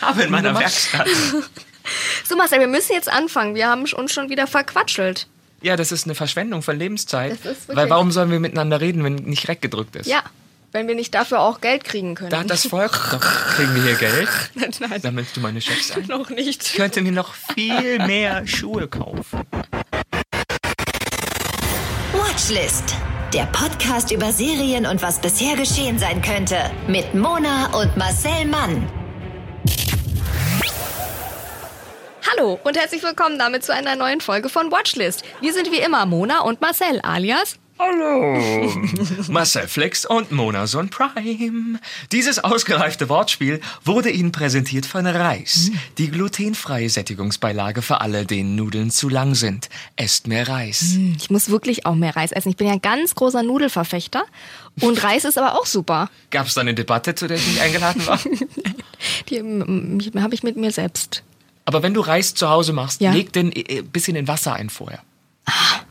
habe in meiner Werkstatt. So, Marcel, wir müssen jetzt anfangen. Wir haben uns schon wieder verquatschelt. Ja, das ist eine Verschwendung von Lebenszeit. Das ist wirklich- weil warum sollen wir miteinander reden, wenn nicht Reck gedrückt ist? Ja, wenn wir nicht dafür auch Geld kriegen können. Da hat das Volk, doch kriegen wir hier Geld. Nein, nein, Sammelst du meine Chefs ein? noch Ich nicht. könnte mir noch viel mehr Schuhe kaufen. Watchlist. Der Podcast über Serien und was bisher geschehen sein könnte. Mit Mona und Marcel Mann. Hallo und herzlich willkommen damit zu einer neuen Folge von Watchlist. Wir sind wie immer Mona und Marcel alias. Hallo. Marcel Flex und Monason Prime. Dieses ausgereifte Wortspiel wurde Ihnen präsentiert von Reis, die glutenfreie Sättigungsbeilage für alle, denen Nudeln zu lang sind. Esst mehr Reis. Hm, Ich muss wirklich auch mehr Reis essen. Ich bin ja ein ganz großer Nudelverfechter und Reis ist aber auch super. Gab es da eine Debatte, zu der ich nicht eingeladen war? Die mm, mm, habe ich mit mir selbst. Aber wenn du Reis zu Hause machst, Ja. Ah. leg den äh, äh, bisschen in Wasser ein vorher.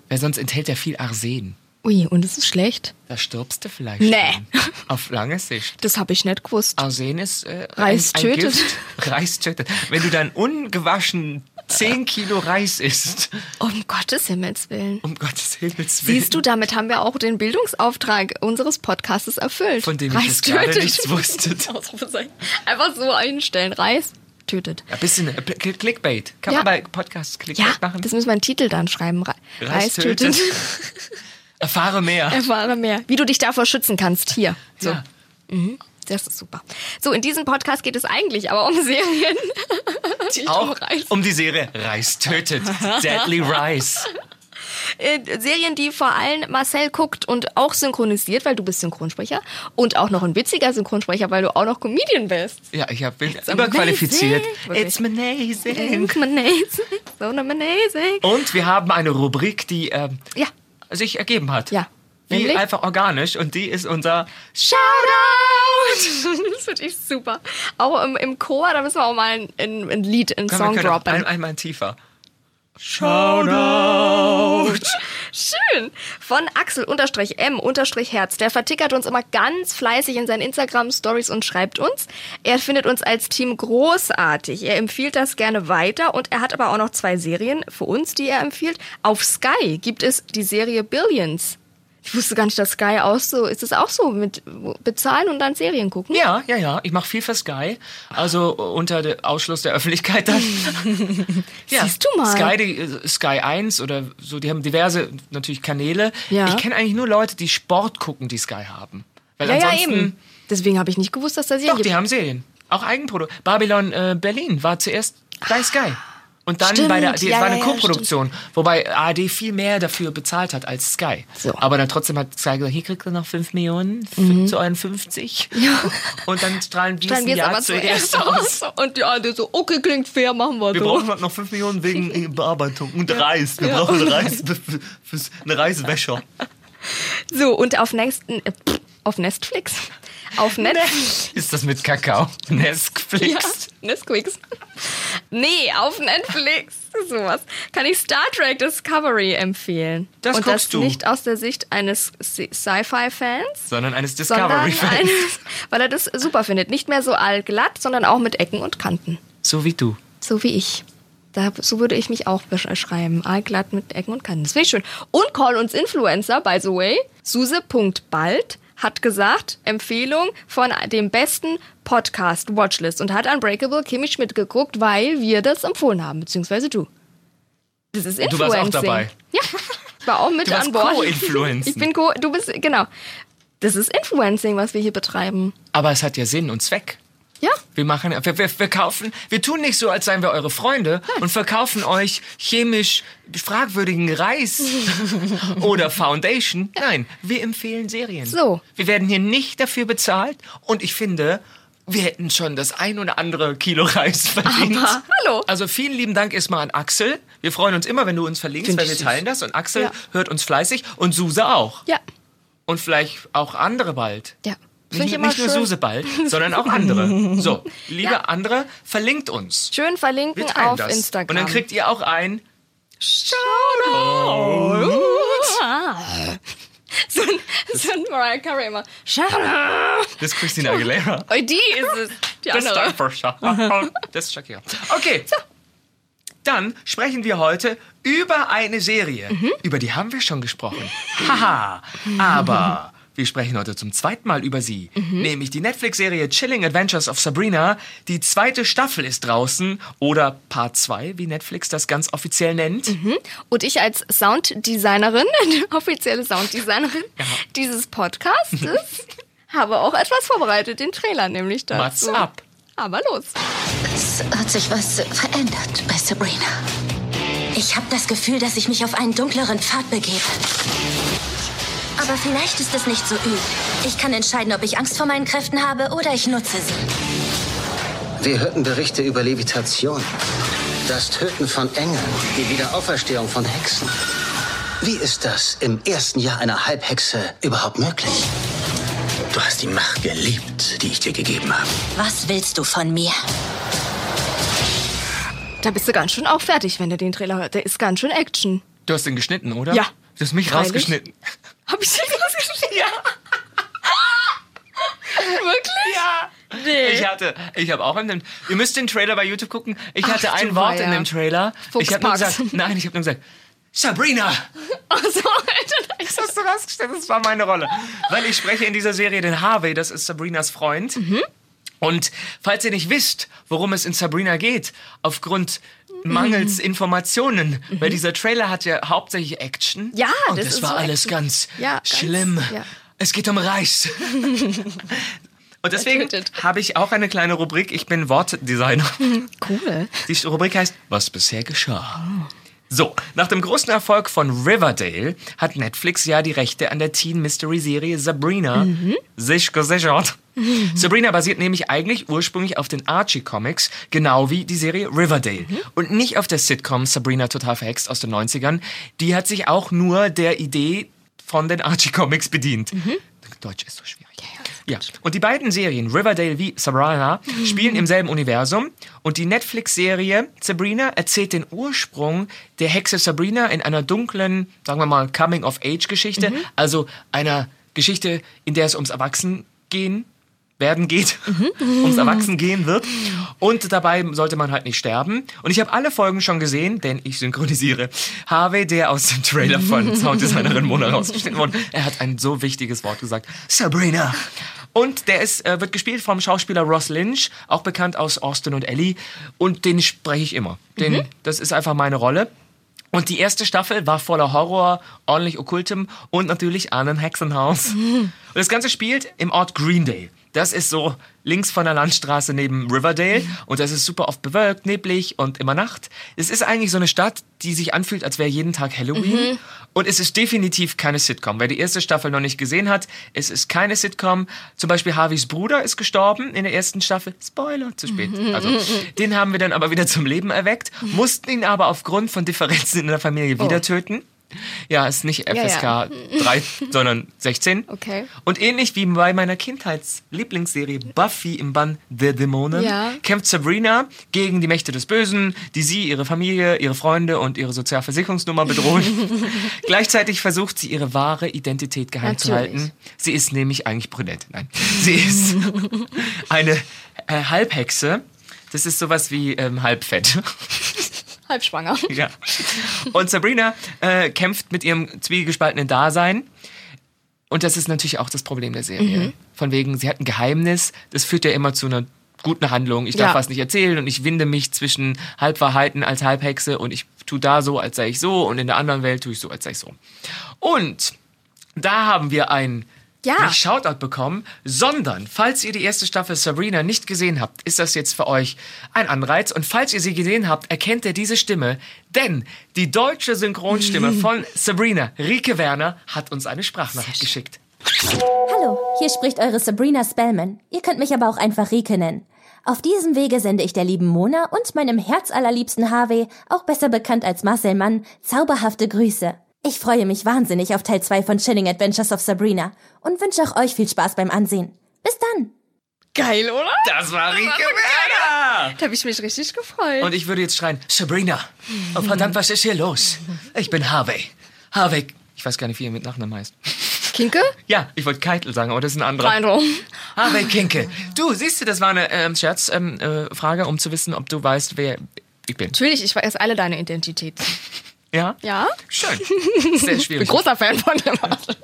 Weil sonst enthält er viel Arsen. Ui, und es ist schlecht. Da stirbst du vielleicht. Nee. dran. Auf lange Sicht. Das habe ich nicht gewusst. Arsen ist äh, Reis ein, ein tötet. Gift. Reis tötet. Wenn du dann ungewaschen 10 Kilo Reis isst, Um Gottes Himmels Willen. um Gottes Himmels Willen, Siehst du, damit haben wir auch den Bildungsauftrag unseres Podcastes erfüllt. von dem ich bis gerade tötet. nichts wusste. Ausrufezeichen. Einfach so einstellen. Reis tötet. Ein bisschen äh, Pl- Clickbait. Kann Ja. man bei Podcasts Clickbait Ja, machen? das müssen wir einen Titel dann schreiben. Re Reis, tötet. Erfahre mehr. Erfahre mehr. Wie du dich davor schützen kannst. Hier. Äh, So. Ja. Das ist super. So, in diesem Podcast geht es eigentlich aber um Serien. Nicht um Auch Reis. um die Serie Reis tötet. Deadly Rice. Äh, Serien, die vor allem Marcel guckt und auch synchronisiert, weil du bist Synchronsprecher. Und auch noch ein witziger Synchronsprecher, weil du auch noch Comedian bist. Ja, ich hab, bin amazing. überqualifiziert. Wirklich. amazing. Amazing. So amazing. Und wir haben eine Rubrik, die ähm, Ja. sich ergeben hat. Ja. Die Nämlich? einfach organisch und die ist unser Shoutout! Das finde ich super. Auch im, im Chor, da müssen wir auch mal ein, ein, ein Lied, einen Song wir können auch droppen. Ein, einmal tiefer. Shoutout! Schön. Von Axel unterstrich M unterstrich Herz. Der vertickert uns immer ganz fleißig in seinen Instagram-Stories und schreibt uns. Er findet uns als Team großartig. Er empfiehlt das gerne weiter und er hat aber auch noch zwei Serien für uns, die er empfiehlt. Auf Sky gibt es die Serie Billions. Ich wusste gar nicht, dass Sky auch so ist. Es auch so mit bezahlen und dann Serien gucken? Ja, ja, ja. Ich mache viel für Sky. Also äh, unter de- Ausschluss der Öffentlichkeit dann. ja. Siehst du mal. Sky, die, äh, Sky 1 oder so, die haben diverse natürlich Kanäle. Ja. Ich kenne eigentlich nur Leute, die Sport gucken, die Sky haben. Weil Ja, ja, ansonsten eben. Deswegen habe ich nicht gewusst, dass da Serien Doch, die haben Serien. Auch Eigenproduktion. Babylon äh, Berlin war zuerst bei Sky. Und dann Ah, Stimmt, bei der, die, ja, es war ja, eine ja, Co-Produktion, wobei ARD viel mehr dafür bezahlt hat als Sky. So. Aber dann trotzdem hat Sky gesagt, hier kriegt ihr noch 5 Millionen zu euren 50. Und dann strahlen wir Dann es wir es Jahr aber zuerst zuerst aus. aus. Und ja, die so, okay, klingt fair, machen wir, Wir so. brauchen halt noch 5 Millionen wegen Bearbeitung und Reis. Wir brauchen Reis fürs eine Reiswäscher. So, und auf, nächsten, äh, pff, auf Netflix. Auf Netflix. Ist das mit Kakao? Ja, Netflix. Nesquicks. Nee, auf Netflix. Sowas. Kann ich Star Trek Discovery empfehlen. Das und das guckst du. nicht aus der Sicht eines Sci- Sci-Fi-Fans, Sondern eines sondern Discovery-Fans. eines, weil er das super findet. Nicht mehr so allglatt, sondern auch mit Ecken und Kanten. So wie du. So wie ich. Da, so würde ich mich auch beschreiben. Allglatt mit Ecken und Kanten. Das finde ich schön. Und call uns Influencer, by the way. Suse.bald hat gesagt, Empfehlung von dem besten Podcast Watchlist und hat Unbreakable Kimmy Schmidt geguckt, weil wir das empfohlen haben, beziehungsweise du. Das ist Du warst auch Influencing. dabei. Ja, ich war auch mit Du warst an Bord. Co-Influencen. Ich bin Co, du bist, genau. Das ist Influencing, was wir hier betreiben. Aber es hat ja Sinn und Zweck. Ja, Wir machen, wir, wir, wir kaufen, wir tun nicht so, als seien wir eure Freunde Hm. und verkaufen euch chemisch fragwürdigen Reis oder Foundation. Nein, wir empfehlen Serien. So. Wir werden hier nicht dafür bezahlt und ich finde, wir hätten schon das ein oder andere Kilo Reis verdient. Aber, hallo. Also vielen lieben Dank erstmal an Axel. Wir freuen uns immer, wenn du uns verlinkst, Find weil ich wir süß. teilen das und Axel Ja. hört uns fleißig und Suse auch. ja, Und vielleicht auch andere bald. ja. Find Nicht, ich nur- immer nicht nur schön. Suse bald, sondern auch andere. So, liebe andere, verlinkt uns. Schön verlinken Wir teilen auf das. Instagram. Und dann kriegt ihr auch ein. Oh. Shoutout! So ein, so ein Mariah Carey immer. Shara! Das ist Christina Aguilera. Oh, die ist es. Die Das ist andere. Jennifer Shara. Das ist Shakira. Okay. Dann sprechen wir heute über eine Serie. Mhm. Über die haben wir schon gesprochen. Haha. Aber wir sprechen heute zum zweiten Mal über sie. Mhm. Nämlich die Netflix-Serie Chilling Adventures of Sabrina. Die zweite Staffel ist draußen. Oder Part 2, wie Netflix das ganz offiziell nennt. Und ich als Sounddesignerin, offizielle Sounddesignerin dieses Podcastes, habe auch etwas vorbereitet, den Trailer nämlich Mats dazu. ab. Aber los. Es hat sich was verändert bei Sabrina. Ich habe das Gefühl, dass ich mich auf einen dunkleren Pfad begebe. Aber vielleicht ist es nicht so übel. Ich kann entscheiden, ob ich Angst vor meinen Kräften habe oder ich nutze sie. Wir hörten Berichte über Levitation, das Töten von Engeln, die Wiederauferstehung von Hexen. Wie ist das im ersten Jahr einer Halbhexe überhaupt möglich? Du hast die Macht geliebt, die ich dir gegeben habe. Was willst du von mir? Da bist du ganz schön auch fertig, wenn du den Trailer hört. Der ist ganz schön Action. Du hast den geschnitten, oder? Ja. Du hast mich Freilich. rausgeschnitten. Hab ich den rausgeschrieben? Ja. Wirklich? Ja. Nee. Ich hatte, ich habe auch in dem, ihr müsst den Trailer bei YouTube gucken. Ich hatte Ach, ein du Wort Weiher. in dem Trailer. ich habe nur Fuchspacks. gesagt, nein, ich habe nur gesagt, Sabrina. Also, Alter, ich Das hast du rausgestellt, das war meine Rolle. Weil ich spreche in dieser Serie den Harvey, das ist Sabrinas Freund. Und falls ihr nicht wisst, worum es in Sabrina geht, aufgrund mangels Informationen, weil dieser Trailer hat ja hauptsächlich Action. Ja, und das das ist war so alles Action. ganz Ja, ganz, schlimm. ja. Es geht um Reis. Und deswegen Ertötet. habe ich auch eine kleine Rubrik. Ich bin Wortdesigner. Cool. Die Rubrik heißt Was bisher geschah. So, nach dem großen Erfolg von Riverdale hat Netflix ja die Rechte an der Teen-Mystery-Serie Sabrina sich gesichert. Sabrina basiert nämlich eigentlich ursprünglich auf den Archie-Comics, genau wie die Serie Riverdale. Und nicht auf der Sitcom Sabrina total verhext aus den 90ern. Die hat sich auch nur der Idee von den Archie-Comics bedient. Deutsch ist so schwierig. Ja, und die beiden Serien, Riverdale wie Sabrina, spielen im selben Universum. Und die Netflix-Serie Sabrina erzählt den Ursprung der Hexe Sabrina in einer dunklen, sagen wir mal, Coming-of-Age-Geschichte. Also einer Geschichte, in der es ums Erwachsengehen werden geht, ums Erwachsen gehen wird. Und dabei sollte man halt nicht sterben. Und ich habe alle Folgen schon gesehen, denn ich synchronisiere Harvey, der aus dem Trailer von Sounddesignerin Mona rausgeschnitten wurde. Er hat ein so wichtiges Wort gesagt. Sabrina. Und der ist, äh, wird gespielt vom Schauspieler Ross Lynch, auch bekannt aus Austin und Ellie. Und den spreche ich immer. Den, Das ist einfach meine Rolle. Und die erste Staffel war voller Horror, ordentlich Okkultem und natürlich einem Hexenhaus. Und das Ganze spielt im Ort Greendale. Das ist so links von der Landstraße neben Riverdale und das ist super oft bewölkt, neblig und immer Nacht. Es ist eigentlich so eine Stadt, die sich anfühlt, als wäre jeden Tag Mhm. Halloween. Und es ist definitiv keine Sitcom. Wer die erste Staffel noch nicht gesehen hat, es ist keine Sitcom. Zum Beispiel Harveys Bruder ist gestorben in der ersten Staffel. Spoiler, zu spät. Mhm. Also, den haben wir dann aber wieder zum Leben erweckt, mussten ihn aber aufgrund von Differenzen in der Familie wieder töten. Ja, ist nicht FSK Oh. ja. 3, sondern 16. Okay. Und ähnlich wie bei meiner Kindheitslieblingsserie Buffy im Bann The Dämonen Ja. kämpft Sabrina gegen die Mächte des Bösen, die sie, ihre Familie, ihre Freunde und ihre Sozialversicherungsnummer bedrohen. Gleichzeitig versucht sie, ihre wahre Identität geheim zu Natürlich. halten. Sie ist nämlich eigentlich brünett. Nein, sie ist eine äh, Halbhexe. Das ist sowas wie ähm, Halbfett. Halb schwanger. Ja. Und Sabrina äh, kämpft mit ihrem zwiegespaltenen Dasein. Und das ist natürlich auch das Problem der Serie. Von wegen, sie hat ein Geheimnis. Das führt ja immer zu einer guten Handlung. Ich darf Ja. was nicht erzählen und ich winde mich zwischen Halbwahrheiten als Halbhexe und ich tu da so, als sei ich so und in der anderen Welt tue ich so, als sei ich so. Und da haben wir ein Ja. nicht Shoutout bekommen, sondern falls ihr die erste Staffel Sabrina nicht gesehen habt, ist das jetzt für euch ein Anreiz. Und falls ihr sie gesehen habt, erkennt ihr diese Stimme, denn die deutsche Synchronstimme von Sabrina, Rike Werner, hat uns eine Sprachnachricht geschickt. Hallo, hier spricht eure Sabrina Spellman. Ihr könnt mich aber auch einfach Rike nennen. Auf diesem Wege sende ich der lieben Mona und meinem herzallerliebsten Harvey, auch besser bekannt als Marcel Mann, zauberhafte Grüße. Ich freue mich wahnsinnig auf Teil 2 von Chilling Adventures of Sabrina und wünsche auch euch viel Spaß beim Ansehen. Bis dann! Geil, oder? Das war Rike so geil. Werner! Da habe ich mich richtig gefreut. Und ich würde jetzt schreien, Sabrina, oh verdammt, was ist hier los? Ich bin Harvey. Harvey, ich weiß gar nicht, wie er mit Nachnamen heißt. Kinke? Ja, ich wollte Keitel sagen, aber das ist ein anderer. Rein rum. Harvey Kinke. Du, siehst du, das war eine ähm, Scherzfrage, ähm, äh, Frage, um zu wissen, ob du weißt, wer ich bin. Natürlich, ich weiß alle deine Identität. Ja? Ja? Schön. Sehr Ich bin schwierig. großer Fan von dir, Martin.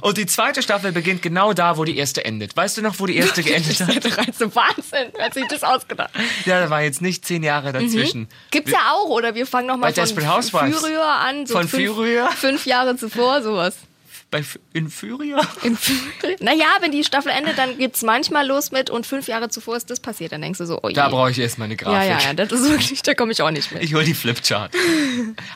Und die zweite Staffel beginnt genau da, wo die erste endet. Weißt du noch, wo die erste geendet Das hat? ist der reinste Wahnsinn. Wer hat sich das ausgedacht? Ja, da war jetzt nicht zehn Jahre Mhm. dazwischen. Gibt's ja auch, oder wir fangen nochmal Bei von Desperate Housewives. Furrier an. So Von fünf, Furrier? Fünf Jahre zuvor, sowas. Bei F Infuria? Im Furrier. naja, wenn die Staffel endet, dann gibt's manchmal los mit und fünf Jahre zuvor ist das passiert. Dann denkst du so, oh je. Da brauche ich erstmal eine Grafik. ja, ja, ja, das ist wirklich, da komme ich auch nicht mit. Ich hole die Flipchart.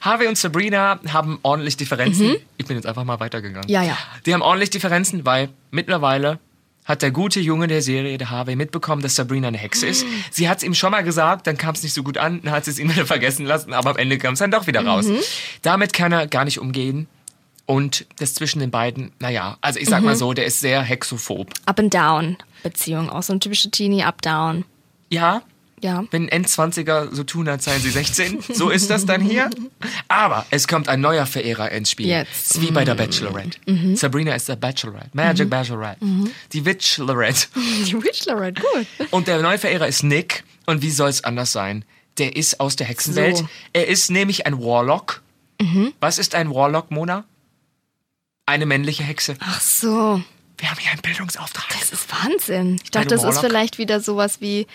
Harvey und Sabrina haben ordentlich Differenzen. Ich bin jetzt einfach mal weitergegangen. Mhm. Ja, ja. Die haben ordentlich Differenzen, weil mittlerweile hat der gute Junge der Serie, der Harvey, mitbekommen, dass Sabrina eine Hexe ist. Mhm. Sie hat es ihm schon mal gesagt, dann kam es nicht so gut an, dann hat sie es ihm wieder vergessen lassen, aber am Ende kam es dann doch wieder raus. Mhm. Damit kann er gar nicht umgehen. Und das zwischen den beiden, naja, also ich sag Mhm. mal so, der ist sehr hexophob. Up and down Beziehung, auch so eine typische Teenie Up Down. Ja, Ja. wenn Endzwanziger so tun, als seien sie 16. So ist das dann hier. Aber es kommt ein neuer Verehrer ins Spiel. Jetzt. Mhm. Ist wie bei der Bachelorette. Sabrina ist der Bachelorette. Magic Bachelorette. Die Witchlerette. Die Witchlerette, gut. Und der neue Verehrer ist Nick. Und wie soll es anders sein? Der ist aus der Hexenwelt. So. Mhm. Er ist nämlich ein Warlock. Was ist ein Warlock, Mona? Eine männliche Hexe. Ach so, Wir haben hier einen Bildungsauftrag. das ist Wahnsinn. Ich dachte, Eine das ist Warlock? vielleicht wieder sowas wie,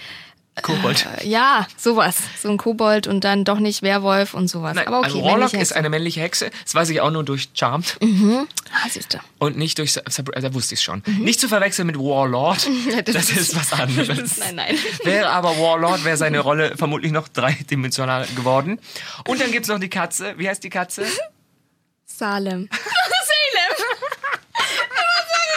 Kobold. äh, ja, sowas. So ein Kobold und dann doch nicht Werwolf und sowas. Nein, Aber okay, ein Warlock männliche ist Hexe. eine männliche Hexe. Das weiß ich auch nur durch Charmed. Ah, siehst du. Und nicht durch. Sa- Sa- Da wusste ich schon. Nicht zu verwechseln mit Warlord. das, Mhm. das ist ist- was anderes. Nein, nein. Wäre aber Warlord, wäre seine Rolle vermutlich noch dreidimensional geworden. Und dann gibt's noch die Katze. Wie heißt die Katze? Salem.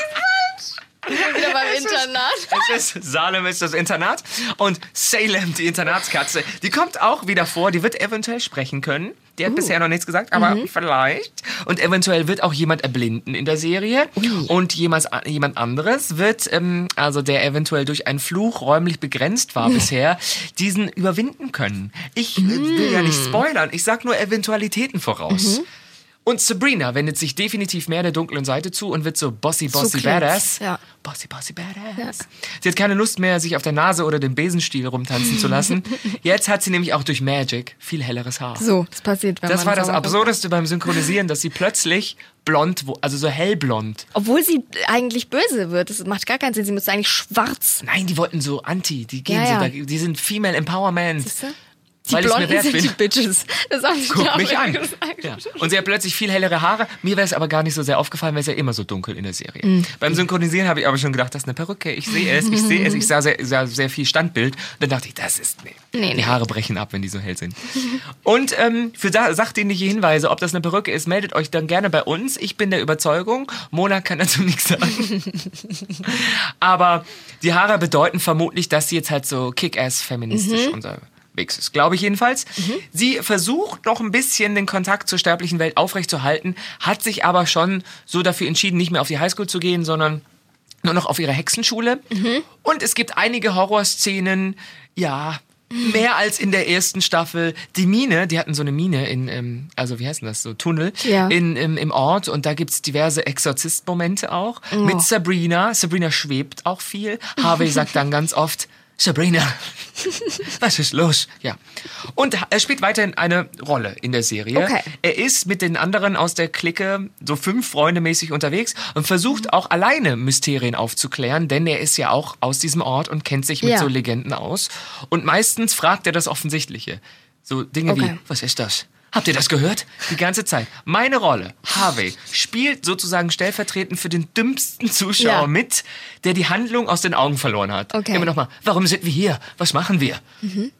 Salem. Wieder beim Internat. Es ist Salem ist das Internat. Und Salem, die Internatskatze, die kommt auch wieder vor. Die wird eventuell sprechen können. Die hat bisher noch nichts gesagt, aber vielleicht. Und eventuell wird auch jemand erblinden in der Serie. Und jemand, jemand anderes wird, ähm, also der eventuell durch einen Fluch räumlich begrenzt war bisher, diesen überwinden können. Ich äh, will ja nicht spoilern. Ich sag nur Eventualitäten voraus. Und Sabrina wendet sich definitiv mehr der dunklen Seite zu und wird so bossy, bossy, klingt's, badass. ja. Bossy, bossy, badass. Sie hat keine Lust mehr, sich auf der Nase oder dem Besenstiel rumtanzen zu lassen. Jetzt hat sie nämlich auch durch Magic viel helleres Haar. So, das passiert, wenn das man war das sauber- Absurdeste beim Synchronisieren, dass sie plötzlich blond, wo- also so hellblond. Obwohl sie eigentlich böse wird. Das macht gar keinen Sinn. Sie müsste eigentlich schwarz. Nein, die wollten so anti, die gehen Ja, so, da, ja. die sind Female Empowerment. Siehst du? Die Weil ich's mir Blonden wert sind bin. die Bitches. Das haben sie Guck auch mich an. gesagt. Ja. Und sie hat plötzlich viel hellere Haare. Mir wäre es aber gar nicht so sehr aufgefallen, weil es ja immer so dunkel in der Serie. Beim Synchronisieren habe ich aber schon gedacht, das ist eine Perücke. Ich sehe es, ich sehe es. Ich sah sehr, sah sehr viel Standbild. Und dann dachte ich, das ist. Nee. die Haare brechen ab, wenn die so hell sind. Und ähm, für da, sachdienliche Hinweise, ob das eine Perücke ist, meldet euch dann gerne bei uns. Ich bin der Überzeugung. Mona kann dazu nichts sagen. aber die Haare bedeuten vermutlich, dass sie jetzt halt so kick-ass feministisch unterwegs ist. Glaube ich jedenfalls. Sie versucht noch ein bisschen den Kontakt zur sterblichen Welt aufrechtzuerhalten, hat sich aber schon so dafür entschieden, nicht mehr auf die Highschool zu gehen, sondern nur noch auf ihre Hexenschule. Und es gibt einige Horrorszenen, ja, mehr als in der ersten Staffel. Die Mine, die hatten so eine Mine in, ähm, also wie heißt denn das, so Tunnel Ja. in, im, im Ort und da gibt's diverse Exorzist-Momente auch mit Sabrina. Sabrina schwebt auch viel. Harvey sagt dann ganz oft, Sabrina, was ist los? Ja. Und er spielt weiterhin eine Rolle in der Serie. Okay. Er ist mit den anderen aus der Clique so fünf Freunde mäßig unterwegs und versucht auch alleine Mysterien aufzuklären, denn er ist ja auch aus diesem Ort und kennt sich mit Ja. so Legenden aus. Und meistens fragt er das Offensichtliche. So Dinge wie, Okay. was ist das? Habt ihr das gehört? Die ganze Zeit. Meine Rolle, Harvey, spielt sozusagen stellvertretend für den dümmsten Zuschauer Ja. mit, der die Handlung aus den Augen verloren hat. Okay. Mhm. Immer nochmal, warum sind wir hier? Was machen wir?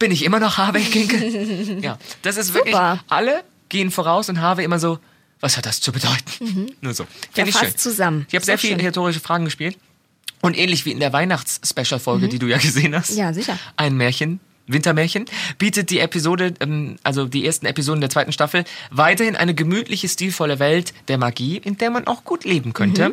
Bin ich immer noch Harvey Kinkel? ja, das ist wirklich, Super. alle gehen voraus und Harvey immer so, was hat das zu bedeuten? Nur so. Finde ich Mhm. fasst schön. zusammen. Ich habe Ist sehr doch viele schön. rhetorische Fragen gespielt. Und ähnlich wie in der Weihnachts-Special-Folge, die du ja gesehen hast. Mhm. Ja, sicher. Ein Märchen, Wintermärchen, bietet die Episode, ähm, also die ersten Episoden der zweiten Staffel, weiterhin eine gemütliche, stilvolle Welt der Magie, in Mhm. der man auch gut leben könnte.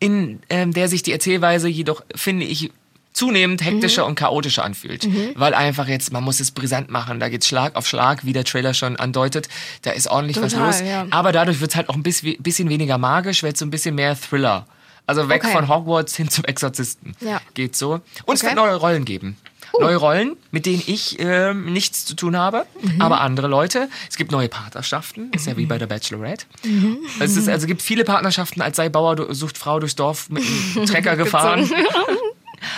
In ähm, der sich die Erzählweise jedoch, finde ich, zunehmend hektischer Mhm. und chaotischer anfühlt. Weil einfach jetzt, man muss es brisant machen, da geht Schlag auf Schlag, wie der Trailer schon andeutet, da ist ordentlich Total, was los. ja. Aber dadurch wird es halt auch ein bisschen, bisschen weniger magisch, wird so ein bisschen mehr Thriller. Also weg Okay. von Hogwarts hin zum Exorzisten. Ja. Geht so. Und es Okay. wird Uh. neue Rollen geben. Neue Rollen, mit denen ich ähm, nichts zu tun habe, Mhm. aber andere Leute. Es gibt neue Partnerschaften, ist ja wie bei der Bachelorette. Mhm. Es ist, also gibt viele Partnerschaften, als sei Bauer du- sucht Frau durchs Dorf mit einem Trecker gefahren.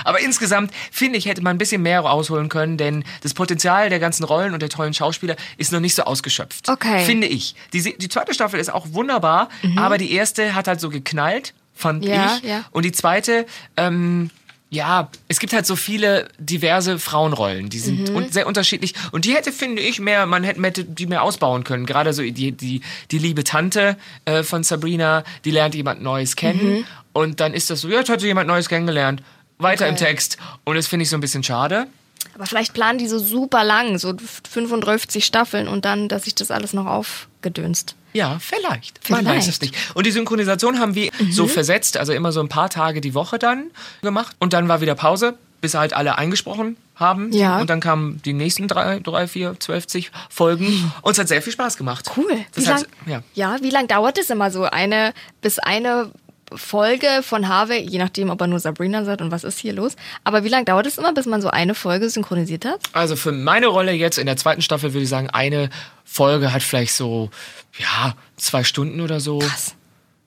Aber insgesamt, finde ich, hätte man ein bisschen mehr rausholen können, denn das Potenzial der ganzen Rollen und der tollen Schauspieler ist noch nicht so ausgeschöpft. Okay. Finde ich. Die, se- die zweite Staffel ist auch wunderbar, aber die erste hat halt so geknallt, fand Ja, ich. ja. Und die zweite, ähm, ja, es gibt halt so viele diverse Frauenrollen, die sind Mhm. un sehr unterschiedlich. Und die hätte, finde ich, mehr, man hätte, man hätte die mehr ausbauen können. Gerade so die, die, die liebe Tante äh, von Sabrina, die lernt jemand Neues kennen. Mhm. Und dann ist das so, ja, jetzt hat sie jemand Neues kennengelernt. Weiter im Text. Und das finde ich so ein bisschen schade. Aber vielleicht planen die so super lang, so 35 Staffeln und dann, dass sich das alles noch aufgedönst. Ja, vielleicht. Man weiß es Vielleicht. Mhm. nicht. Und die Synchronisation haben wir so versetzt, also immer so ein paar Tage die Woche dann gemacht. Und dann war wieder Pause, bis halt alle eingesprochen haben. Ja. Und dann kamen die nächsten drei, drei vier, zwölf, zig Folgen. Und es hat sehr viel Spaß gemacht. Hm. Cool. Das wie lang, hat, ja. ja, wie lang dauert es immer so? Eine bis eine Folge von Harvey, je nachdem, ob er nur Sabrina sagt und was ist hier los. Aber wie lange dauert es immer, bis man so eine Folge synchronisiert hat? Also für meine Rolle jetzt in der zweiten Staffel würde ich sagen, eine Folge hat vielleicht so, ja, zwei Stunden oder so. Krass.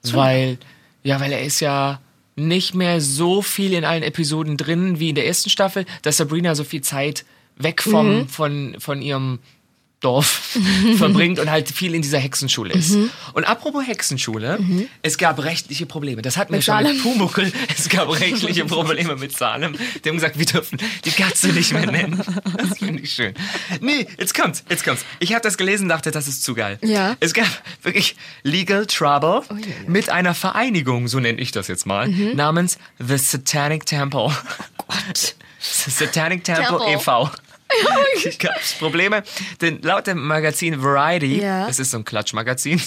Weil, ja, weil er ist ja nicht mehr so viel in allen Episoden drin wie in der ersten Staffel, dass Sabrina so viel Zeit weg vom, von, von ihrem Dorf verbringt und halt viel in dieser Hexenschule ist. Und apropos Hexenschule, es gab rechtliche Probleme. Das hatten wir schon mit Pumuckel. Es gab rechtliche Probleme mit Salem. Die haben gesagt, wir dürfen die Katze nicht mehr nennen. Das finde ich schön. Nee, jetzt kommt's, jetzt kommt's. Ich habe das gelesen, dachte, das ist zu geil. Ja. Es gab wirklich Legal Trouble Oh, mit einer Vereinigung, so nenne ich das jetzt mal, Mhm. namens The Satanic Temple. Oh Gott. The Satanic Temple, Temple. e.V. gab es Probleme. Denn laut dem Magazin Variety, Ja. das ist so ein Klatschmagazin,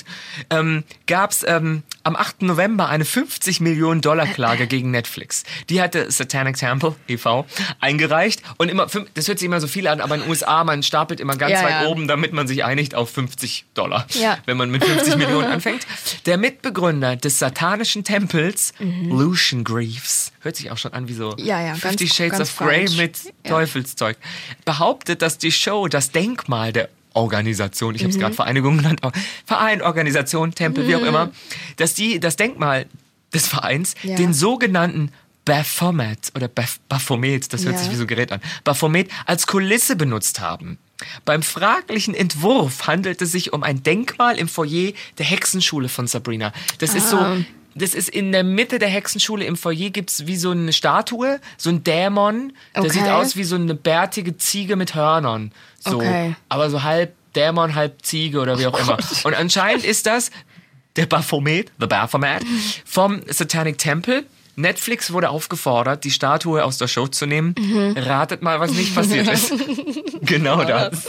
ähm, gab es ähm, am 8. November eine 50 Millionen Dollar Klage gegen Netflix. Die hatte Satanic Temple e.V. eingereicht und immer, fün- das hört sich immer so viel an, aber in den USA, man stapelt immer ganz Ja, weit ja. oben, damit man sich einigt auf 50 Dollar, Ja. wenn man mit 50 Millionen anfängt. Der Mitbegründer des satanischen Tempels, Lucian Greaves, hört sich auch schon an wie so Mhm. Ja, ja, ganz- 50 Shades ganz of Grey falsch. mit Teufelszeug. Behauptet, dass die Show das Denkmal der Organisation, ich habe es Mhm. gerade Vereinigung genannt, aber Verein, Organisation, Tempel, wie auch immer, dass die das Denkmal des Vereins Mhm. Ja. den sogenannten Baphomet oder Baph- Baphomet, das hört Ja. sich wie so ein Gerät an, Baphomet als Kulisse benutzt haben. Beim fraglichen Entwurf handelt es sich um ein Denkmal im Foyer der Hexenschule von Sabrina. Das ist Ah. so, das ist in der Mitte der Hexenschule im Foyer gibt's wie so eine Statue, so ein Dämon, der Okay. sieht aus wie so eine bärtige Ziege mit Hörnern. So, Okay. Oh aber so halb Dämon, halb Ziege oder wie auch immer. Und anscheinend ist das der Baphomet, the Baphomet, vom Satanic Temple. Netflix wurde aufgefordert, die Statue aus der Show zu nehmen. Mhm. Ratet mal, was nicht passiert ist. genau das.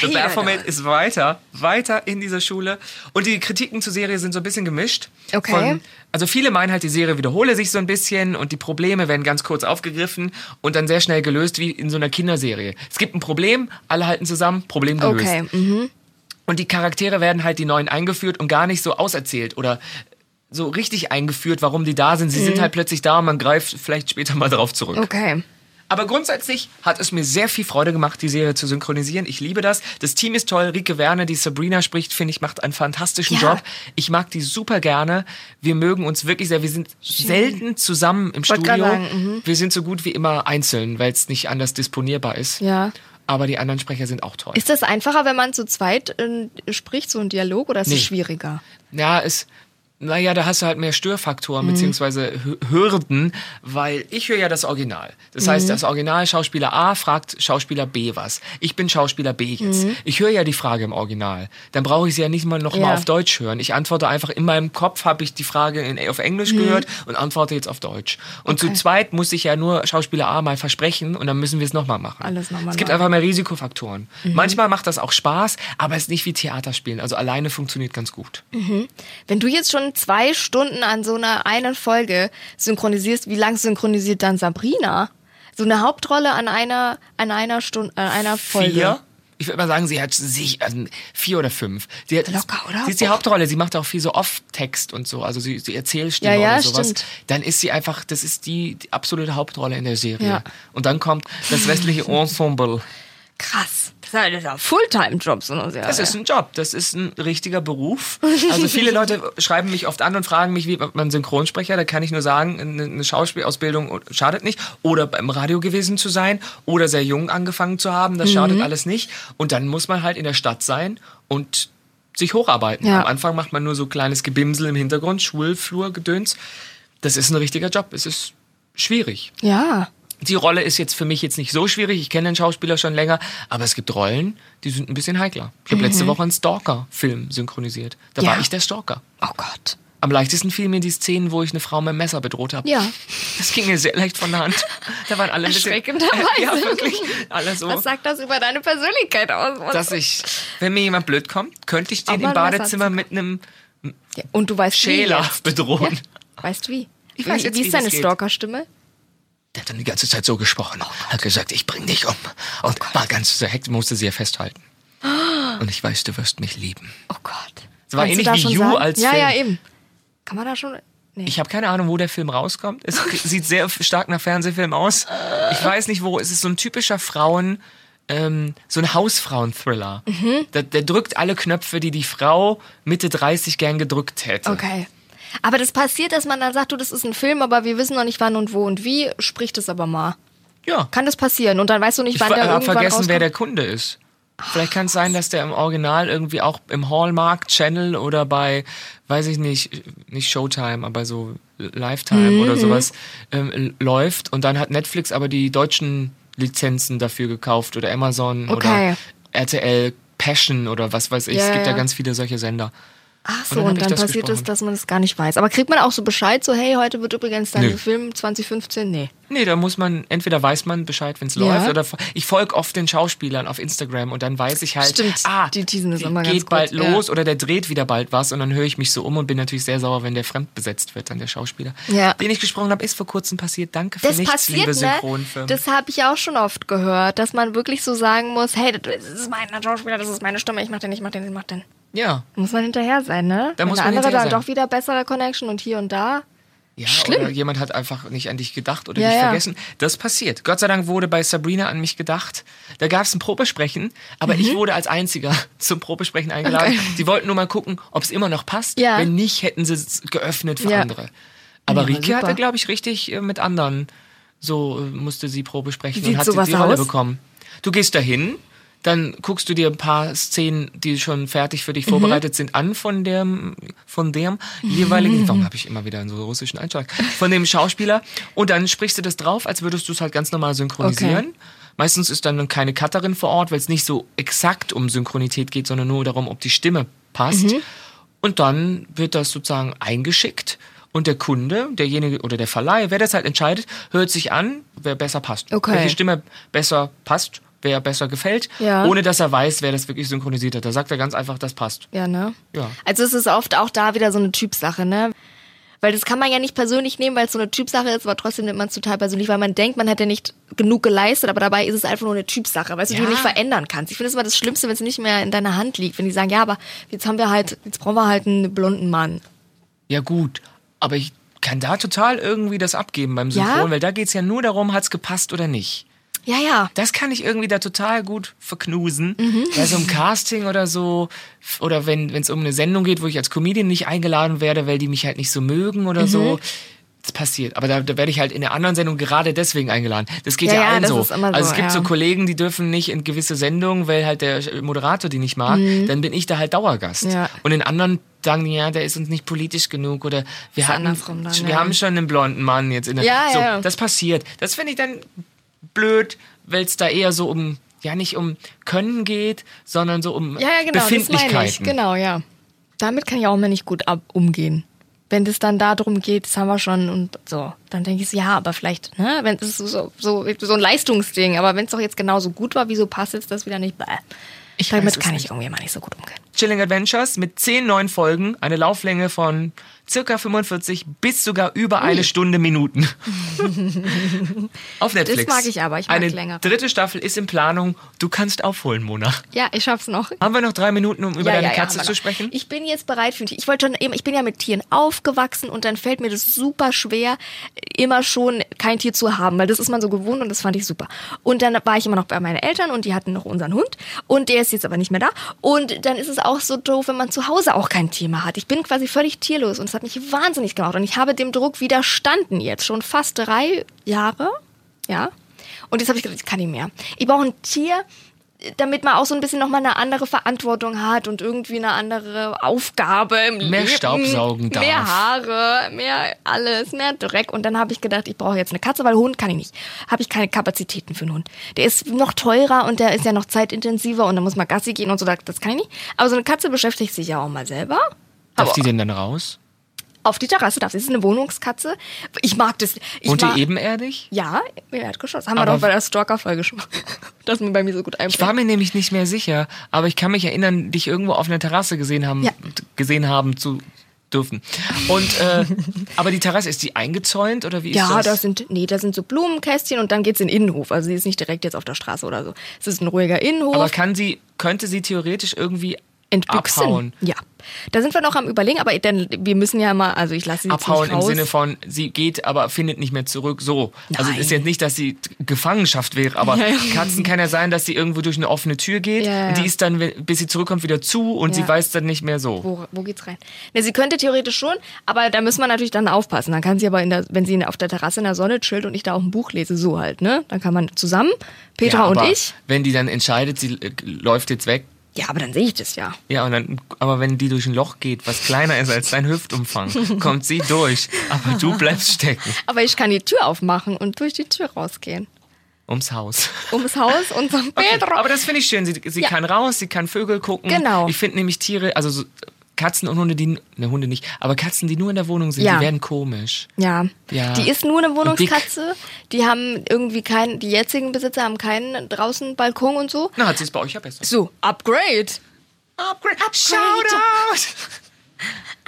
The Eieiei. Baphomet ist weiter, weiter in dieser Schule. Und die Kritiken zur Serie sind so ein bisschen gemischt. Okay. Von, also viele meinen halt, die Serie wiederhole sich so ein bisschen und die Probleme werden ganz kurz aufgegriffen und dann sehr schnell gelöst, wie in so einer Kinderserie. Es gibt ein Problem, alle halten zusammen, Problem gelöst. Okay. Mhm. Und die Charaktere werden halt die neuen eingeführt und gar nicht so auserzählt oder so richtig eingeführt, warum die da sind. Sie sind halt plötzlich da und man greift vielleicht später mal darauf zurück. Mhm. Okay. Aber grundsätzlich hat es mir sehr viel Freude gemacht, die Serie zu synchronisieren. Ich liebe das. Das Team ist toll. Rike Werner, die Sabrina spricht, finde ich, macht einen fantastischen Ja. Job. Ich mag die super gerne. Wir mögen uns wirklich sehr. Wir sind selten zusammen im Wollte Studio. gerade sagen, mhm. Wir sind so gut wie immer einzeln, weil es nicht anders disponierbar ist. Ja. Aber die anderen Sprecher sind auch toll. Ist das einfacher, wenn man zu zweit äh, spricht, so ein Dialog, oder ist es Nee. schwieriger? Ja, es. Naja, da hast du halt mehr Störfaktoren Mhm. beziehungsweise Hü- Hürden, weil ich höre ja das Original. Das Mhm. heißt, das Original Schauspieler A fragt Schauspieler B was. Ich bin Schauspieler B jetzt. Ich höre ja die Frage im Original. Dann brauche ich sie ja nicht mal nochmal Mhm. Ja. auf Deutsch hören. Ich antworte einfach in meinem Kopf, habe ich die Frage in, auf Mhm. Englisch gehört und antworte jetzt auf Deutsch. Und zu zweit muss ich ja nur Schauspieler A mal versprechen und dann müssen wir es nochmal machen. Alles noch mal es gibt neu. Mhm. einfach mehr Risikofaktoren. Manchmal macht das auch Spaß, aber es ist nicht wie Theaterspielen. Also alleine funktioniert ganz gut. Wenn du jetzt schon lang zwei Stunden an so einer einen Folge synchronisierst, wie lang synchronisiert dann Sabrina? So eine Hauptrolle an einer, an einer Stunde, an einer Folge. Vier? Ich würde mal sagen, sie hat sich, also vier oder fünf. Sie hat, Locker, oder? Sie ist die Hauptrolle, sie macht auch viel so Off-Text und so, also sie, sie Erzählstimme Ja, ja, oder sowas. stimmt. Dann ist sie einfach, das ist die, die absolute Hauptrolle in der Serie. Ja. Und dann kommt das restliche Ensemble. Krass. Das ist halt ein Fulltime-Job, so eine Serie. Das ist ein Job, das ist ein richtiger Beruf. Also viele Leute schreiben mich oft an und fragen mich, wie wird man Synchronsprecher. Da kann ich nur sagen, eine eine Schauspielausbildung schadet nicht. Oder beim Radio gewesen zu sein oder sehr jung angefangen zu haben, das schadet alles nicht. Und dann muss man halt in der Stadt sein und sich hocharbeiten. Ja. Am Anfang macht man nur so kleines Gebimsel im Hintergrund, Schulflur, Gedöns. Das ist ein richtiger Job. Es ist schwierig. ja. Die Rolle ist jetzt für mich jetzt nicht so schwierig. Ich kenne den Schauspieler schon länger, aber es gibt Rollen, die sind ein bisschen heikler. Ich habe letzte Woche einen Stalker-Film synchronisiert. Da Mhm. Ja. war ich der Stalker. Oh Gott. Am leichtesten fielen mir die Szenen, wo ich eine Frau mit einem Messer bedroht habe. Ja. Das ging mir sehr leicht von der Hand. Da waren alle ein bisschen- Erschreckenderweise. Ja, wirklich. Alle so. Was sagt das über deine Persönlichkeit aus? Dass ich, wenn mir jemand blöd kommt, könnte ich Auch den mal im ein Messer Badezimmer mit einem Ja, und du weißt wie Schäler jetzt. bedrohen. Weißt wie? Ich weiß wie, jetzt, wie wie ist deine das geht. Stalker-Stimme? Der hat dann die ganze Zeit so gesprochen. hat gesagt, ich bring dich um. Oh Und war ganz sehr hektisch, musste sie ja festhalten. Ah. Und ich weiß, du wirst mich lieben. Oh Gott. Es war Kannst du ähnlich da wie schon You sagen? als Ja, Film. ja, eben. Kann man da schon. Nee. Ich habe keine Ahnung, wo der Film rauskommt. Es sieht sehr stark nach Fernsehfilm aus. Ich weiß nicht, wo. Es ist so ein typischer Frauen, ähm, so ein Hausfrauen-Thriller. Der, der drückt alle Knöpfe, die die Frau Mitte 30 gern gedrückt hätte. okay. Aber das passiert, dass man dann sagt, du, das ist ein Film, aber wir wissen noch nicht wann und wo und wie, sprich das aber mal. Ja. Kann das passieren? Und dann weißt du nicht, Ich wann der habe irgendwann vergessen, rauskommt. wer der Kunde ist. Vielleicht kann es sein, dass der im Original irgendwie auch im Hallmark-Channel oder bei, weiß ich nicht, nicht Showtime, aber so Lifetime Mhm. oder sowas ähm, l- läuft. Und dann hat Netflix aber die deutschen Lizenzen dafür gekauft oder Amazon Okay. oder RTL Passion oder was weiß ich. Ja, es gibt ja. ja. ganz viele solche Sender. Ach so, Und dann hab und dann, ich das passiert es, gesprochen. dass man es gar nicht weiß. Aber kriegt man auch so Bescheid, so, hey, heute wird übrigens dein Nö. Film 2015? Nee. Nee, da muss man, entweder weiß man Bescheid, wenn es Ja. läuft, oder f- ich folge oft den Schauspielern auf Instagram und dann weiß ich halt, Stimmt, ah, die teasen das die immer ganz geht bald kurz, ja. los oder der dreht wieder bald was und dann höre ich mich so um und bin natürlich sehr sauer, wenn der fremd besetzt wird, dann der Schauspieler. Ja. Den ich gesprochen habe, ist vor kurzem passiert. Danke für Das nichts, passiert, liebe ne? Synchronfirmen. Das habe ich auch schon oft gehört, dass man wirklich so sagen muss, hey, das ist mein Schauspieler, das ist meine Stimme, ich mach den, ich mach den, ich mach den. ja. Muss man hinterher sein, ne? Da Wenn muss der man andere hinterher dann sein. doch wieder bessere Connection und hier und da. Ja, Schlimm. oder jemand hat einfach nicht an dich gedacht oder Ja, dich ja. vergessen. Das passiert. Gott sei Dank wurde bei Sabrina an mich gedacht. Da gab es ein Probesprechen, aber Mhm. ich wurde als Einziger zum Probesprechen eingeladen. Die wollten nur mal gucken, ob es immer noch passt. Ja. Wenn nicht, hätten sie es geöffnet für Ja. andere. Aber Ja, Rike super. hatte, glaube ich, richtig äh, mit anderen. So äh, musste sie Probesprechen Wie sieht und hat sowas die Rolle aus? bekommen. Du gehst dahin, dann guckst du dir ein paar Szenen, die schon fertig für dich vorbereitet sind, an von dem, von dem jeweiligen, warum habe ich immer wieder einen so russischen Einschlag, von dem Schauspieler und dann sprichst du das drauf, als würdest du es halt ganz normal synchronisieren. Meistens ist dann keine Cutterin vor Ort, weil es nicht so exakt um Synchronität geht, sondern nur darum, ob die Stimme passt. Und dann wird das sozusagen eingeschickt und der Kunde, derjenige oder der Verleih, wer das halt entscheidet, hört sich an, wer besser passt. Okay. Welche Stimme besser passt, wer besser gefällt, Ja. ohne dass er weiß, wer das wirklich synchronisiert hat. Da sagt er ganz einfach, das passt. Ja, ne? Ja. Also es ist oft auch da wieder so eine Typsache, ne? Weil das kann man ja nicht persönlich nehmen, weil es so eine Typsache ist, aber trotzdem nimmt man es total persönlich, weil man denkt, man hätte nicht genug geleistet, aber dabei ist es einfach nur eine Typsache, weil du, die Ja. du nicht verändern kannst. Ich finde es immer das Schlimmste, wenn es nicht mehr in deiner Hand liegt, wenn die sagen, ja, aber jetzt haben wir halt, jetzt brauchen wir halt einen blonden Mann. Ja gut, aber ich kann da total irgendwie das abgeben beim Ja? Synchron, weil da geht's ja nur darum, hat's gepasst oder nicht. Ja, ja. Das kann ich irgendwie da total gut verknusen. Mhm. Bei so einem Casting oder so, f- oder wenn es um eine Sendung geht, wo ich als Comedian nicht eingeladen werde, weil die mich halt nicht so mögen oder Mhm. so. Das passiert. Aber da, da werde ich halt in der anderen Sendung gerade deswegen eingeladen. Das geht Ja, ja, ja, allen das so. ist immer so, Also es gibt ja. so Kollegen, die dürfen nicht in gewisse Sendungen, weil halt der Moderator die nicht mag. Dann bin ich da halt Dauergast. Mhm. Ja. Und in anderen sagen die, ja, der ist uns nicht politisch genug oder wir, hatten, andersrum dann, wir ja. haben schon einen blonden Mann jetzt in der Ja, so, ja. Das passiert. Das finde ich dann blöd, weil es da eher so um, ja, nicht um Können geht, sondern so um Ja, ja, genau, das Befindlichkeiten. meine ich. Genau, ja. Damit kann ich auch immer nicht gut ab umgehen. Wenn es dann darum geht, das haben wir schon und so, dann denke ich, so, ja, aber vielleicht, ne, wenn es ist so, so, so ein Leistungsding, aber wenn es doch jetzt genauso gut war, wieso passt jetzt das wieder nicht? Bäh. Ich weiß Damit es kann nicht. ich irgendwie mal nicht so gut umgehen. Chilling Adventures mit zehn neuen Folgen, eine Lauflänge von circa 45 bis sogar über eine Stunde Minuten. Auf Netflix. mag ich aber, ich mag Eine längere. dritte Staffel ist in Planung. Du kannst aufholen, Mona. Ja, ich schaff's noch. Haben wir noch drei Minuten, um über ja, deine ja, ja, Katze haben wir zu noch. sprechen? Ich bin jetzt bereit für die. Ich wollte schon eben, ich bin ja mit Tieren aufgewachsen und dann fällt mir das super schwer, immer schon kein Tier zu haben, weil das ist man so gewohnt und das fand ich super. Und dann war ich immer noch bei meinen Eltern und die hatten noch unseren Hund und der ist jetzt aber nicht mehr da. Und dann ist es auch so doof, wenn man zu Hause auch kein Tier mehr hat. Ich bin quasi völlig tierlos und es hat mich wahnsinnig gemacht und ich habe dem Druck widerstanden jetzt schon fast drei Jahre. Ja. Und jetzt habe ich gedacht, ich kann nicht mehr. Ich brauche ein Tier, damit man auch so ein bisschen nochmal eine andere Verantwortung hat und irgendwie eine andere Aufgabe im Leben. Mehr staubsaugen darf. Mehr Haare, mehr alles, mehr Dreck. Und dann habe ich gedacht, ich brauche jetzt eine Katze, weil Hund kann ich nicht. Habe ich keine Kapazitäten für einen Hund. Der ist noch teurer und der ist ja noch zeitintensiver und da muss man Gassi gehen und so, das kann ich nicht. Aber so eine Katze beschäftigt sich ja auch mal selber. Darf Aber die denn dann raus? auf die Terrasse darf sie. Es ist eine Wohnungskatze. Ich mag das. Ich Und mag- die ebenerdig? Ja, im Erdgeschoss. Haben Aber wir doch bei der Stalker-Folge schon mal. Das mir bei mir so gut einfällt. Ich war mir nämlich nicht mehr sicher, aber ich kann mich erinnern, dich irgendwo auf einer Terrasse gesehen haben, Ja. gesehen haben zu dürfen. Und äh, aber die Terrasse ist die eingezäunt oder wie ist Ja, das? da sind, nee, da sind so Blumenkästchen und dann geht's in den Innenhof. Also sie ist nicht direkt jetzt auf der Straße oder so. Es ist ein ruhiger Innenhof. aber kann sie könnte sie theoretisch irgendwie Entbüchsen. abhauen? Ja. Da sind wir noch am überlegen, aber denn wir müssen ja immer, also ich lasse sie jetzt Abhauen nicht im raus. Sinne von, sie geht, aber findet nicht mehr zurück. So. Also es ist Nein. jetzt nicht, dass sie t- Gefangenschaft wäre, aber Ja, ja. Katzen kann ja sein, dass sie irgendwo durch eine offene Tür geht. Ja, ja. Und die ist dann, wenn- bis sie zurückkommt, wieder zu und Ja. sie weiß dann nicht mehr so. wo, wo geht's rein? Ne, sie könnte theoretisch schon, aber da müssen wir natürlich dann aufpassen. Dann kann sie aber in der, wenn sie auf der Terrasse in der Sonne chillt und ich da auch ein Buch lese, so halt, ne? Dann kann man zusammen, Petra ja, und aber ich. Wenn die dann entscheidet, sie äh, läuft jetzt weg, Ja, aber dann sehe ich das ja. Ja, und dann, aber wenn die durch ein Loch geht, was kleiner ist als dein Hüftumfang, kommt sie durch, aber du bleibst stecken Aber ich kann die Tür aufmachen und durch die Tür rausgehen. ums Haus. Ums Haus und zum Pedro. Aber das finde ich schön. Sie, sie Ja. kann raus, sie kann Vögel gucken. Genau. Ich finde nämlich Tiere, also so, Katzen und Hunde, die, ne Hunde nicht, aber Katzen, die nur in der Wohnung sind, Ja. die werden komisch. Ja. Ja. Die ist nur eine Und dick. Wohnungskatze. Die haben irgendwie keinen, die jetzigen Besitzer haben keinen draußen Balkon und so. Na, hat sie es bei euch ja besser. So, Upgrade. Upgrade. Shoutout!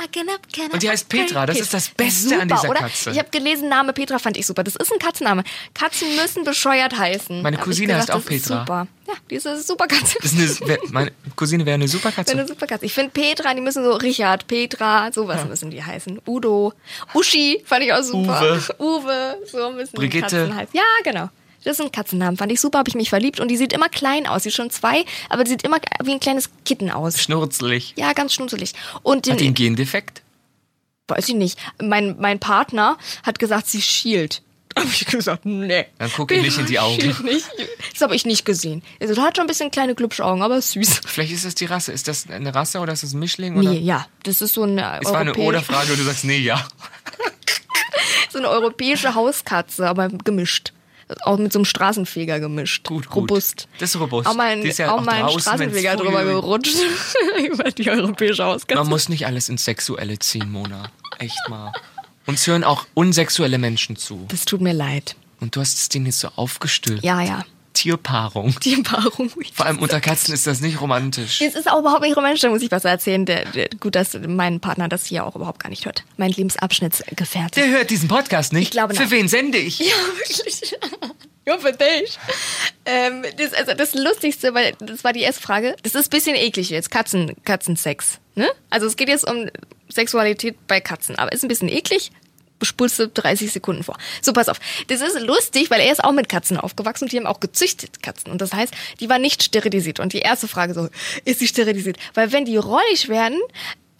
I can up, can Und die heißt Petra, das ist das Beste super, an dieser oder? Katze. Ich habe gelesen, Name Petra fand ich super. Das ist ein Katzenname. Katzen müssen bescheuert heißen. Meine Hab ich Cousine heißt gesagt, auch das ist Petra. Super. Ja, diese super Katze. Das ist eine, wär- meine Cousine wäre eine super Katze. Eine super Katze. Ich finde Petra, die müssen so Richard, Petra, sowas müssen die heißen. Udo, Uschi, fand ich auch super. Uwe, so müssen Brigitte. die Katzen heißen. Ja, genau. Das sind Katzennamen, fand ich super, habe ich mich verliebt. Und die sieht immer klein aus. Sie ist schon zwei, aber die sieht immer wie ein kleines Kitten aus. Schnurzlig. Ja, ganz schnuselig. Und den, Hat die einen Gendefekt? weiß ich nicht, mein, mein Partner hat gesagt, sie schielt. Hab ich gesagt, nee. Dann guck ihr nicht in die Augen. Schielt Nicht. Das habe ich nicht gesehen. Also, hat schon ein bisschen kleine Glubschaugen, aber ist süß. Vielleicht ist das die Rasse. Ist das eine Rasse oder ist das ein Mischling? Oder? Nee, ja, das ist so ein Es war eine Oder-Frage und du sagst, nee, ja. so eine europäische Hauskatze, aber gemischt. Auch mit so einem Straßenfeger gemischt. Gut, gut. Robust. Das ist robust. Auch mal ein, Die ist ja auch auch mal ein draußen, Straßenfeger wenn's drüber früh- gerutscht. Über die europäische Hauskatze. Man muss nicht alles ins Sexuelle ziehen, Mona. Echt mal. Uns hören auch unsexuelle Menschen zu. das tut mir leid. Und du hast es denen jetzt so aufgestülpt. Ja, ja. Tierpaarung. Die Paarung. Vor allem unter Katzen ist das nicht romantisch. Es ist auch überhaupt nicht romantisch, da muss ich was erzählen. Der, der, gut, dass mein Partner das hier auch überhaupt gar nicht hört. Mein Lebensabschnittsgefährte. Der hört diesen Podcast nicht. Ich glaube Für nein. wen sende ich? Ja, wirklich. Nur für dich. Ähm, das, also das Lustigste, weil das war die erste Frage. Das ist ein bisschen eklig jetzt. Katzen, Katzensex. Ne? Also es geht jetzt um Sexualität bei Katzen, aber ist ein bisschen eklig. Spulst du 30 Sekunden vor. So, pass auf. Das ist lustig, weil er ist auch mit Katzen aufgewachsen und die haben auch gezüchtet Katzen. Und das heißt, die waren nicht sterilisiert. Und die erste Frage so, ist sie sterilisiert? Weil wenn die rollig werden,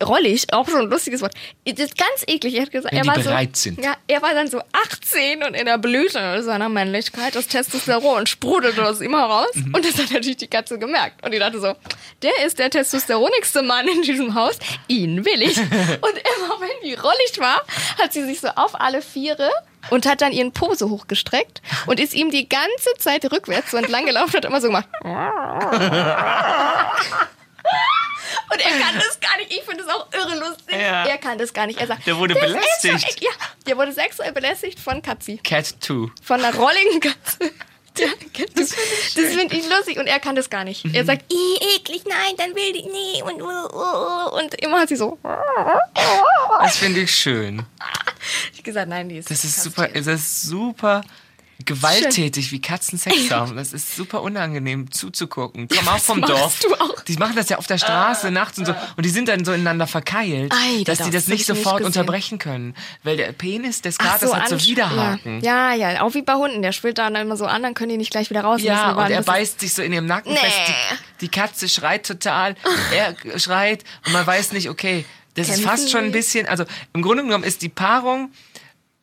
rollig, auch schon ein lustiges Wort, das ist ganz eklig. Er hat gesagt, Wenn er die war bereit so, sind. Ja, er war dann so 18 und in der Blüte seiner Männlichkeit, das Testosteron sprudelte aus ihm heraus. Und das hat natürlich die Katze gemerkt. Und die dachte so, der ist der testosteronigste Mann in diesem Haus, ihn will ich. Und immer wenn die rollig war, hat sie sich so auf alle Viere und hat dann ihren Po so hochgestreckt und ist ihm die ganze Zeit rückwärts so entlang gelaufen und hat immer so gemacht. Und er kann das gar nicht. Ich finde das auch irre lustig. Ja. Er kann das gar nicht. Er sagt, Der wurde "Das belästigt." Ist so, ek- ja, der wurde sexuell belästigt von Katzi. Cat 2. Von einer rolligen Katze. Ja, das das finde ich lustig und er kann das gar Mhm. nicht. Er sagt, "Ih, eklig, nein, dann will ich nie und, uh, uh, uh." und immer hat sie so. Das finde ich schön. Ich hab gesagt, nein, die ist. Das ist super, das ist super gewalttätig, wie Katzen Sex haben. Das ist super unangenehm zuzugucken. Komm auch was vom machst Dorf. du auch? Ah, Die machen das ja auf der Straße nachts und so. Und die sind dann so ineinander verkeilt, Ei, die dass die Dorf, das nicht hab ich nicht sofort gesehen. unterbrechen können. Weil der Penis des Ach Katers hat so ansch- Widerhaken. Ja, ja, ja, auch wie bei Hunden. Der spielt da dann immer so an, dann können die nicht gleich wieder raus. Ja, müssen wir und er warten, bis- beißt sich so in ihrem Nacken Nee. fest. Die, die Katze schreit total, er schreit und man weiß nicht, okay, das ist Kämpfen fast schon ein die? bisschen, also im Grunde genommen ist die Paarung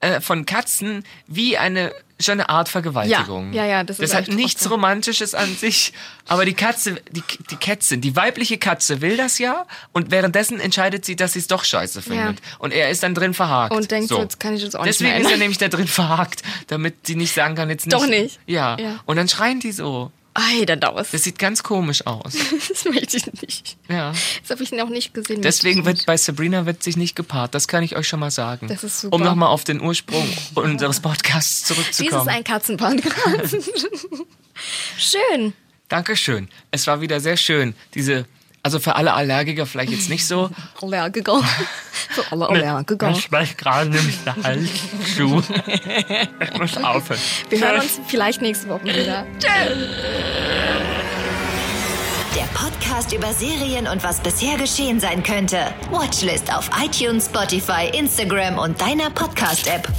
äh, von Katzen wie eine schon eine Art Vergewaltigung. Ja, ja, ja, das ist hat echt nichts auch so. Romantisches an sich, aber die Katze, die, die Kätzin, die weibliche Katze will das ja und währenddessen entscheidet sie, dass sie es doch scheiße findet. Und er ist dann drin verhakt. Und denkt so, jetzt kann ich das auch nicht Deswegen mehr ist er ändern. nämlich da drin verhakt, damit sie nicht sagen kann, jetzt nicht. Doch nicht. Ja. Ja. Und dann schreien die so. Ei, dann dauert Das sieht ganz komisch aus. Das möchte ich nicht. Ja. Das habe ich noch nicht gesehen. Deswegen wird bei Sabrina wird sich nicht gepaart. Das kann ich euch schon mal sagen. Das ist super. Um nochmal auf den Ursprung unseres Podcasts Dies ist zurückzukommen. ein Katzenpodcast. Schön. Dankeschön. Es war wieder sehr schön. Diese, also für alle Allergiker vielleicht jetzt nicht so. Allergiker. Für alle Allergiker. schmeißt gerade nämlich der Hals zu. Ich muss aufhören. Wir hören uns vielleicht nächste Woche wieder. Der Podcast über Serien und was bisher geschehen sein könnte. Watchlist auf iTunes, Spotify, Instagram und deiner Podcast-App.